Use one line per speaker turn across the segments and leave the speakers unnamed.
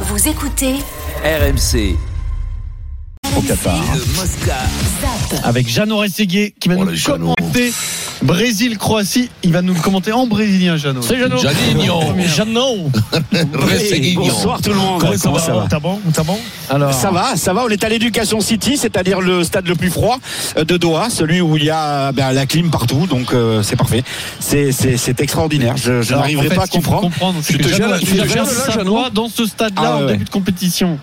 Vous écoutez
RMC,
au Qatar.
le Mosca.
ZAP.
avec Jeannot Rességuier qui va
Oh,
nous
les Jeannots.
commenter Brésil-Croatie. Il va nous le commenter en brésilien, Jeannot. C'est Jeannot.
Janinho.
Jeannot.
Rességuignon.
Bonsoir tout le monde.
Comment ça, va, T'as bon T'as bon Alors,
Ça va, ça va. On est à l'Éducation City, c'est-à-dire le stade le plus froid euh, de Doha, celui où il y a euh, ben, la clim partout, donc euh, c'est parfait. C'est- C'est c'est extraordinaire. Je, je
alors,
n'arriverai
en fait,
pas à
ce qu'il faut
comprendre.
comprendre. c'est
Tu
que
te
Jeannot
gèles-
a
tu
fait
te
la
gèles, là,
Savoie dans ce stade-là
Ah,
en
ouais.
début de compétition.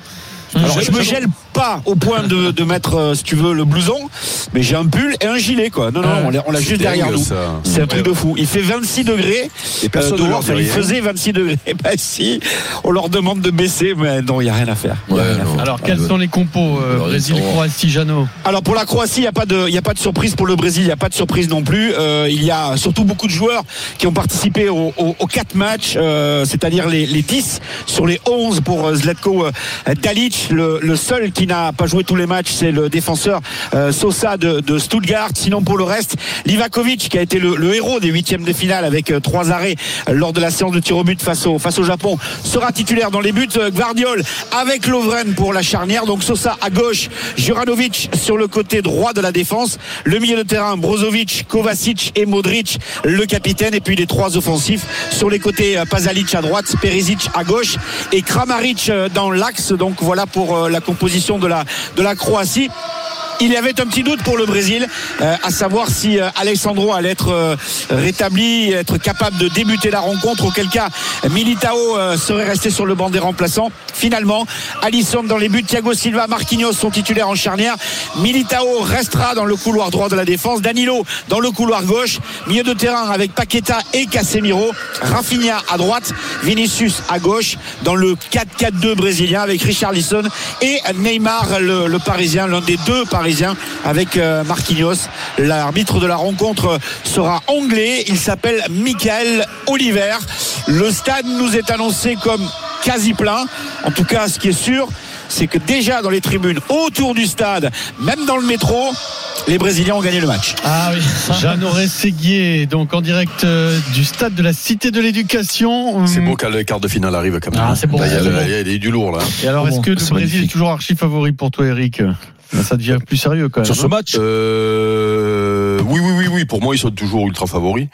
Alors, je me gèle pas au point de, de mettre, euh, si tu veux, le blouson, mais j'ai un pull et un gilet, quoi. Non, non, on l'a- on l'a juste derrière nous. C'est un truc de fou. Il fait 26 degrés. euh,
Et personne
dehors.
ne leur dit
Enfin, il
rien.
faisait 26 degrés. Bah si, on leur demande de baisser, mais non, il n'y a rien à faire. Il y a rien à faire.
Alors, quels sont les compos euh,
Alors, ils
Brésil-Croatie, Jeannot
Alors pour la Croatie, il n'y a pas de, il y a pas de surprise pour le Brésil, il n'y a pas de surprise non plus. Euh, il y a surtout beaucoup de joueurs qui ont participé au- au- aux quatre matchs, euh, c'est-à-dire les, les 10 sur les 11 pour euh, Zlatko euh, Dalic. Le, le seul qui n'a pas joué tous les matchs, c'est le défenseur euh, Sosa de, de Stuttgart. Sinon pour le reste, Livakovic qui a été le, le héros des huitièmes de finale avec euh, trois arrêts euh, lors de la séance de tir au but face au, face au Japon sera titulaire dans les buts. Euh, Gvardiol avec Lovren pour la charnière. Donc Sosa à gauche, Juranovic sur le côté droit de la défense. Le milieu de terrain, Brozovic, Kovacic et Modric, le capitaine. Et puis les trois offensifs sur les côtés, euh, Pazalic à droite, Perisic à gauche et Kramaric euh, dans l'axe. Donc voilà pour euh, la composition de la, de la Croatie. Il y avait un petit doute pour le Brésil, euh, à savoir si euh, Alessandro allait être euh, rétabli, être capable de débuter la rencontre, auquel cas Militao euh, serait resté sur le banc des remplaçants. Finalement, Alisson dans les buts, Thiago Silva, Marquinhos sont titulaires en charnière. Militao restera dans le couloir droit de la défense, Danilo dans le couloir gauche, milieu de terrain avec Paqueta et Casemiro, Rafinha à droite, Vinicius à gauche, dans le 4-4-2 brésilien avec Richard Lisson et Neymar, le, le Parisien, l'un des deux Parisiens avec euh, Marquinhos. L'arbitre de la rencontre sera anglais, il s'appelle Michael Oliver. Le stade nous est annoncé comme quasi plein, en tout cas ce qui est sûr. C'est que déjà dans les tribunes, autour du stade, même dans le métro, les Brésiliens ont gagné le match.
Ah oui, Jeannot Rességuier, donc en direct euh, du stade de la Cité de l'Éducation.
C'est
Hum,
beau quand le quart de finale arrive quand même.
Ah, c'est bon,
Là, Il y, a
c'est
le-
bon.
il y a il y a du lourd là.
Et alors, est-ce que le
C'est
Brésil
magnifique.
est toujours archi favori pour toi, Eric Là, Ça devient plus sérieux quand même.
Sur ce
hein.
match
Euh, oui, oui, oui, oui. Pour moi, ils sont toujours ultra favoris.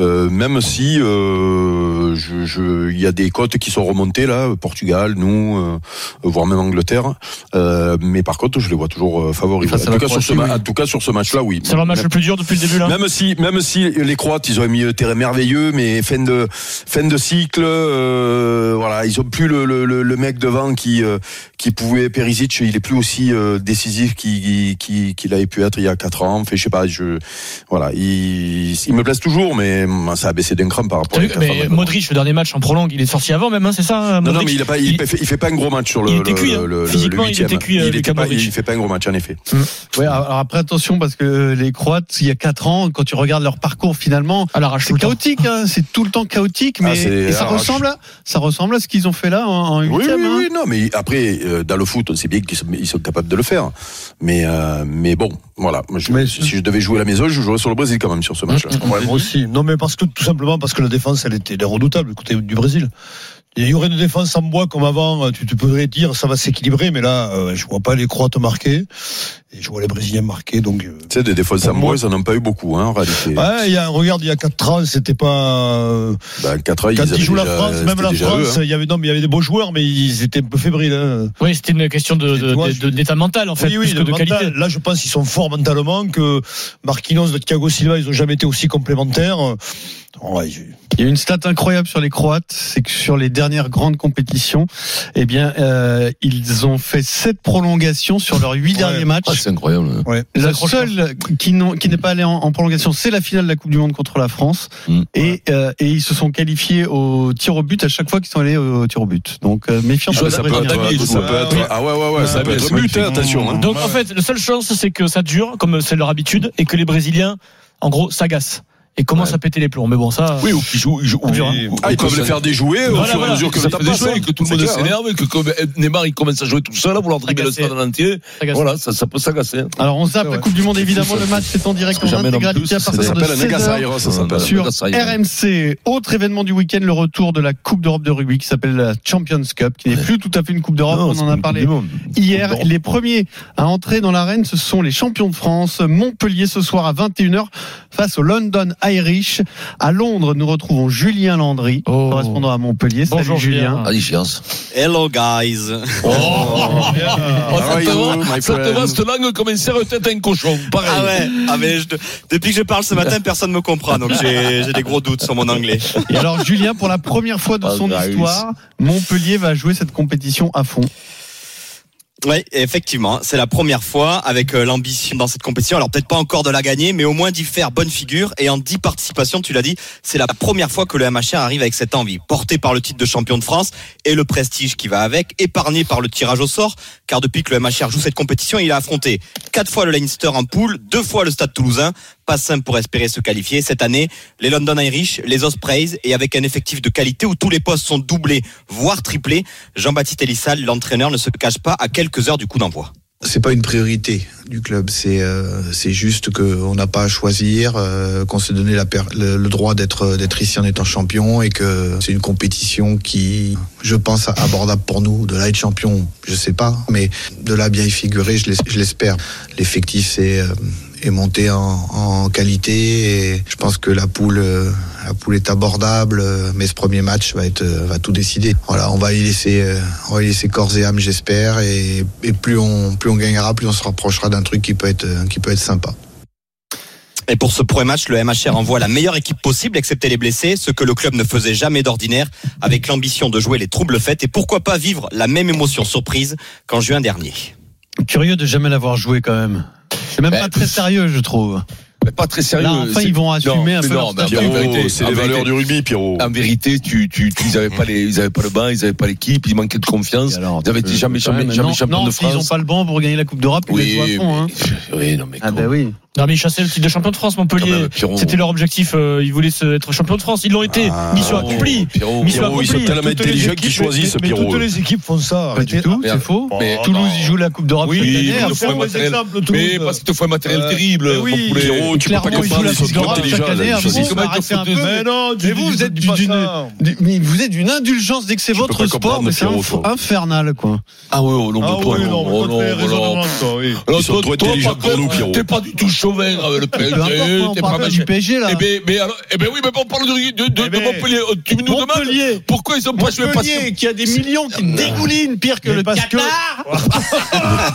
Euh, même si euh, je- je- il y a des cotes qui sont remontées là, Portugal, nous, euh, voire même Angleterre. Euh, mais par contre, je les vois toujours euh, favoris.
Face
En
à la
tout, cas, sur ce
Croatie,
ma-
oui.
en tout cas, sur ce match-là, oui.
C'est leur match le plus dur depuis le début là.
Même si, même si les Croates, ils ont mis un terrain merveilleux, mais fin de fin de cycle, euh, voilà, ils ont plus le, le, le- le mec devant qui euh, qui pouvait Perisic, il est plus aussi euh, décisif qu'il qui, qu'il avait pu être il y a quatre ans. Fait, je sais pas, je voilà, il, il me place toujours, mais hum, ça a baissé d'un cran par rapport.
T'as
à
vu
quatre ans,
mais
maintenant.
Modric, le dernier match en prolongue, il est sorti avant même, hein, c'est ça
non, non,
Modric
mais il, a pas, il, fait, il fait pas un gros match sur le.
Il était
le-
cuit, hein.
le- le- le
Physiquement, il
huitième.
était cuit, euh,
Il, était
Luka
pas,
Modric.
il fait pas un gros match, en effet.
Ouais, alors après attention parce que euh, les Croates, il y a 4 ans, quand tu regardes leur parcours finalement,
À l'arrache Ah, tout
c'est
le temps.
chaotique, hein, c'est tout le temps chaotique,
Ah,
mais
c'est
et ça
arrache.
ressemble, à, ça ressemble à ce qu'ils ont fait là en- en
Oui,
huitième.
oui,
hein.
oui, non, mais après, euh, dans le foot, on sait bien qu'ils sont, ils sont capables de le faire. Mais, euh, mais bon, voilà. Moi, je-
Mais-
si je devais jouer à la maison, je jouerais sur le Brésil quand même sur ce match-là.
Ouais, moi aussi. Non, mais parce que tout simplement parce que la défense, elle était elle est redoutable du côté du Brésil. Il y aurait une défense en bois comme avant. euh, Tu, tu pourrais dire ça va s'équilibrer, mais là, euh, je vois pas les Croates marquer et je vois les Brésiliens marquer. Donc, euh,
Tu sais, des défenses en
Pour
bois,
moi-
ils n'en ont pas eu beaucoup, hein, en réalité.
ouais, il y a, regarde, il y a quatre ans, c'était pas. euh,
Ben, 4 ans, ils
quand ils
avaient
jouent la
déjà-
France, même
c'était
la
déjà eux,
France,
hein.
il y avait non, mais il y avait des beaux joueurs, mais ils étaient un peu fébriles. hein.
Oui, c'était une question de- de-
Et toi,
de-
je-
de- d'état mental en fait,
oui, oui,
plus que
le
de
mental.
qualité.
Là, je pense qu'ils sont forts mentalement, que Marquinhos, Thiago Silva, ils ont jamais été aussi complémentaires. Ouais, je-
Il y a une stat incroyable sur les Croates, c'est que sur les dernières grandes compétitions, eh bien, euh, ils ont fait 7 prolongations sur leurs 8
Ouais.
derniers matchs.
Ah, C'est incroyable. hein.
ouais.
La
Accroche-
seule qui n'ont- qui n'est pas allée en, en prolongation, c'est la finale de la Coupe du Monde contre la France.
Mm.
Et, euh, et ils se sont qualifiés au tir au but à chaque fois qu'ils sont allés au tir au but. Donc euh, méfiance.
Ah, ben, ça peut être,
Tamis,
ça peut
ouais.
être- ah ouais, ouais, ouais, ça
Ouais,
peut
mais
être
c'est
but, hein,
magnifique.
attention. hein.
Donc en fait, la seule chance c'est que ça dure comme c'est leur habitude et que les Brésiliens en gros s'agacent. et commence à péter les plombs. Mais bon, ça.
Oui, ou qui joue, ils jouent-
Ou Durant.
oui, ou- hein.
Ah, ils
ou comme
peuvent les
ça-
faire déjouer au
Voilà,
fur et à
voilà.
mesure que
ça
le
tape
temps
des
passe.
jouets et que tout le
C'est
monde
clair, hein.
s'énerve et que comme Neymar il commence à jouer tout seul à vouloir dribbler le
Agacé.
stade en entier.
Agacé.
Voilà, ça, ça peut s'agacer. hein.
Alors on zappe la Coupe du Monde évidemment, le match c'est en direct
Parce que
en
jamais non
intégralité
plus,
à
ça
Ça
partir de
s'appelle un hein,
16h.
Nagasai, ça s'appelle.
sur
Ça, il-
RMC. Autre événement du week-end, le retour de la Coupe d'Europe de rugby qui s'appelle la Champions Cup, qui n'est plus tout à fait une Coupe d'Europe,
Non,
on
c'est
en
une
a
Coupe
parlé
du Monde.
hier. Les premiers à entrer dans l'arène, ce sont les champions de France. Montpellier ce soir à 21h face au London Irish. À Londres, nous retrouvons Julien Landry,
Oh.
correspondant à Montpellier. Salut
Bonjour,
Julien.
Julien.
Ah, les chiens.
Hello guys.
Oh, ça
Ah,
te
you,
va,
my
ça te va
friend.
cette langue comme une serre-tête à un cochon. Pareil.
Ah ouais. Ah mais je- depuis que je parle ce matin, personne me comprend, donc j'ai j'ai des gros doutes sur mon anglais.
Et alors Julien, pour la première fois de
Pas
son
grave.
histoire, Montpellier va jouer cette compétition à fond.
Oui, effectivement, c'est la première fois avec euh, l'ambition dans cette compétition. Alors peut-être pas encore de la gagner, mais au moins d'y faire bonne figure. Et en 10 participations, tu l'as dit, c'est la première fois que le MHR arrive avec cette envie, porté par le titre de champion de France et le prestige qui va avec, épargné par le tirage au sort, car depuis que le MHR joue cette compétition, il a affronté quatre fois le Leinster en poule, deux fois le Stade Toulousain. Pas simple pour espérer se qualifier. Cette année, les London Irish, les Ospreys, et avec un effectif de qualité où tous les postes sont doublés, voire triplés, Jean-Baptiste Elissal, l'entraîneur, ne se cache pas à quelques heures du coup d'envoi.
C'est pas une priorité du club, c'est euh, c'est juste qu'on n'a pas à choisir, euh, qu'on s'est donné la per- le, le droit d'être d'être ici en étant champion et que c'est une compétition qui, je pense, abordable pour nous. De là être champion, je sais pas, mais de là bien y figurer, je l'es- je l'espère. L'effectif c'est euh, est monté en, en qualité et je pense que la poule euh, la poule est abordable, euh, mais ce premier match va être euh, va tout décider. Voilà, on va y laisser euh, on va y laisser corps et âme, j'espère, et, et plus on plus on gagnera, plus on se rapprochera d'un truc qui peut être euh, qui peut être sympa.
Et pour ce premier match, le MHR envoie la meilleure équipe possible, excepté les blessés, ce que le club ne faisait jamais d'ordinaire, avec l'ambition de jouer les troubles faites et pourquoi pas vivre la même émotion surprise qu'en juin dernier.
Curieux de jamais l'avoir joué quand même. C'est même
Ben,
pas très sérieux, je trouve.
Mais Pas très sérieux.
Là, enfin,
c'est-
ils vont assumer
Non,
un peu
mais
leur
non,
statut.
mais en vérité,
Pierrot, Oh, c'est
en
les valeurs
vérité-
du rugby, Pierrot.
En vérité, tu, tu, tu- ils avaient pas les, ils avaient pas le banc, ils avaient pas l'équipe, ils manquaient de confiance. Ils avaient été jamais,
Ouais,
jamais,
mais
jamais
non,
champion
non,
de
s'ils ont
France.
pas le banc pour gagner la Coupe d'Europe, ils les jouent à fond. Hein.
mais- oui, non, mais.
Ah
quand-
bah oui.
Non, mais ils chassaient le titre de champion de France,
quand
Montpellier.
même, Ah bah, Pierrot.
C'était leur objectif. euh, Ils voulaient se- être champion de France. Ils l'ont été.
Ah,
Mission
Pierrot,
accomplie.
Pierrot.
Mission
Pierrot, ils sont
accomplie.
tellement
Toutes les
intelligents qu'ils
équipes-
choisissent,
mais- mais
Pierrot.
toutes les équipes font ça.
Pas
arrêtez-
du tout,
mais-
c'est faux.
mais-
Toulouse, ils jouent la Coupe d'Europe
Oui,
cette
mais
année. hein.
il nous
Après,
faut un
on-
matériel.
exemple,
Mais parce qu'il te faut un matériel
Euh,
terrible.
mais oui.
mon poulet.
Pierrot, tu peux pas
Clairement, ils jouent
comprendre,
la
ils sont
Coupe
trop
d'Europe
intelligents.
chaque année.
là, ils
Avant,
choisissent.
Ils
on
commettent
arrêtait
le
un
faute de-
peu.
Mais non,
Mais
tu
vous,
dis-
vous êtes
dis pas ça.
d'une- d'une- mais vous êtes d'une indulgence dès que c'est
Tu peux
votre
pas
sport,
comprendre,
mais c'est
Pierrot,
inf-
toi.
infernal, quoi.
Ah oui, oh non,
Ah
mais toi,
oui,
non,
non, mais toi, t'es
oh non, oh non.
raisonnablement, toi, oui.
Alors,
Ils sont
toi-
trop
toi,
intelligents
par
pour nous,
contre,
Pierrot.
T'es pas du tout chauvin avec le
Peu importe,
PSG,
on
Eh, t'es pas
parle du
machin.
PSG, là.
Eh ben, mais alors, eh ben oui, mais on parle de, de, de,
Eh
de
ben,
Montpellier. Tu nous demandes
Montpellier,
pourquoi ils ont pas joué parce que- Euh,
Montpellier, qui a des millions qui dégoulinent pire que
Mais
le
parce que-
Qatar.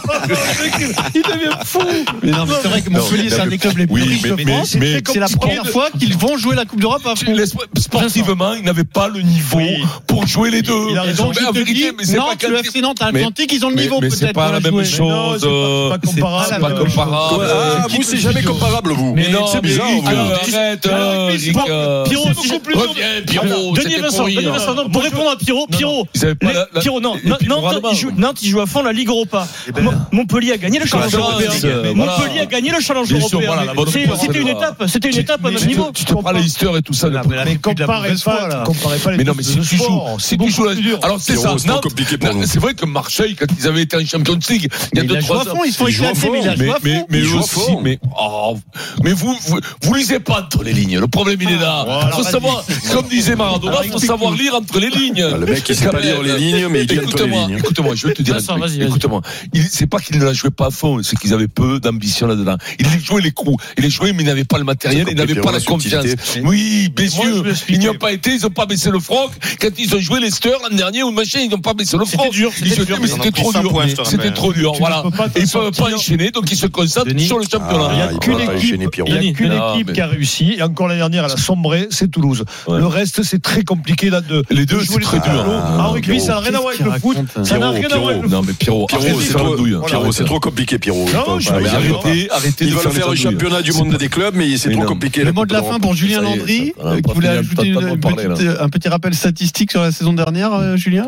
Il devient fou. Mais non, mais c'est vrai que Montpellier, c'est un des clubs les plus
Oui,
riches
mais-
de
mais-
France.
mais-
C'est la première fois qu'ils vont jouer la Coupe d'Europe à fond.
Les sp- Sportivement, ils n'avaient pas le niveau
Oui.
pour jouer les deux.
Il a
Et
raison.
donc,
Mais
je
en
te
vérité,
dis,
mais c'est pas
Nantes, le
quel-
FC Nantes
Mais-
Atlantique, ils ont le
Mais-
niveau
mais c'est
peut-être
pas
pour
la
la
même
jouer.
Mais non,
chose.
c'est pas- c'est pas
euh,
comparable.
C'est pas comparable.
Ah, vous, c'est jamais comparable, vous.
Mais non,
C'est
mais-
bizarre,
Ah,
vous.
Alors,
euh, Arrête,
Alors,
euh,
Pierrot,
Ricard.
Pierrot,
C'est
si-
beaucoup plus Reviens, Pierrot,
Denis
c'était
Vincent,
pourri,
Denis
hein.
Vincent, non, pour répondre à Pierrot, Pierrot.
Ils avaient pas
les-
la- la-
Pierrot, non.
les
Nantes,
pieds pour Eh
Nantes,
Allemand.
il joue- Nantes, il joue à fond la Ligue Europa.
ben,
Mon- Montpellier a gagné le challenge
Challenge,
européen.
euh, voilà.
Montpellier a gagné le challenge
Bien sûr, voilà,
européen.
la bonne
C'est-
réponse,
C'était une
voilà.
étape, c'était une étape à notre
mais-
niveau.
Tu te prends les histoires et tout ça. ne-
Mais comparez pas, comparez pas les
Mais non, mais si
deux
tu joues,
sports,
si tu joues, la- alors c'est
Pierrot,
ça.
c'est trop
Nantes,
compliqué pour
Nantes,
nous.
C'est vrai que Marseille, quand ils avaient été en Champions League, il
Mais
y a
il
deux
a joué
trois
à
ans.
fond, ils se font
Ils jouent à
éclater,
fond,
mais il a
Mais,
joué à
mais,
fond.
mais
Ils
eux
jouent à
aussi,
fond.
mais, oh, mais vous, vous, vous lisez pas entre les lignes. Le problème, il est là.
Ah, voilà,
faut
vas-y.
savoir, comme disait Maradona, faut savoir lire entre les lignes.
Ah, le mec, il sait
Quand
pas lire
même.
les lignes, mais il lit entre les
Écoute-moi,
lignes.
écoute-moi, je vais te dire un
Vincent,
truc.
vas-y, vas-y.
Écoute-moi. Il- C'est pas qu'ils ne la jouaient pas à fond, c'est qu'ils avaient peu d'ambition là-dedans. Ils les jouaient les coups. Ils les jouaient, mais ils n'avaient pas le matériel,
C'est
ils n'avaient pas la
compliqué,
confiance.
la
Oui, bien
Moi, je
sûr.
vais
Ils n'y ont
expliquer.
pas été, ils n'ont pas baissé le froc. Quand ils ont joué les Steurs l'an dernier ou machin, ils n'ont pas baissé le
C'était
froc.
dur,
Ils
c'était
ont-
dur,
mais
ils en ont
C'était
pris
trop
cinq
dur.
points, je te
C'était
rappelle.
trop dur.
Tu
Voilà.
ne peux pas
Et
te
ils peuvent pas
sortir.
enchaîner, donc ils se concentrent
Denis.
sur le
Il n'y
championnat.
a
Ah, il
qu'une
va pas
équipe,
enchaîner Pierrot.
il y a
Denis.
qu'une
Non,
équipe
mais-
qui a réussi. Et encore l'année dernière, elle a sombré, c'est Toulouse.
Ouais.
Le reste, c'est très compliqué là, de,
Les deux,
de
c'est
jouer les
très
deux
dur.
tableaux.
Ah,
En rugby, ça n'a rien à voir avec le foot. Ça n'a rien à voir avec le foot.
Non, mais Pierrot, arrêtez
Pierrot,
de
c'est
faire
trop,
l'andouille.
hein.
Pierrot, c'est trop compliqué, Pierrot. je
Non,
pense.
je
Ah,
suis
mais
pas
arrête.
d'accord.
Arrêtez, arrêtez
Ils
de
veulent faire
les
un
andouilles.
championnat du monde des clubs, mais c'est
Mais
trop
non.
compliqué.
Le mot de la fin pour Julien
Ça y est,
Landry,
ça- on a
euh,
pas
qui voulait
fini,
ajouter
on a
une-
pas
une
parlé, là.
petite, euh, un petit rappel statistique sur la saison dernière, euh, Julien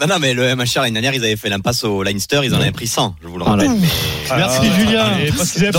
Non, non, mais le Ah,
Ah,
MHR l'année dernière, ils avaient fait l'impasse au Leinster, ils en avaient pris 100, je vous le rappelle.
Merci Julien.
Parce qu'ils avaient
Dans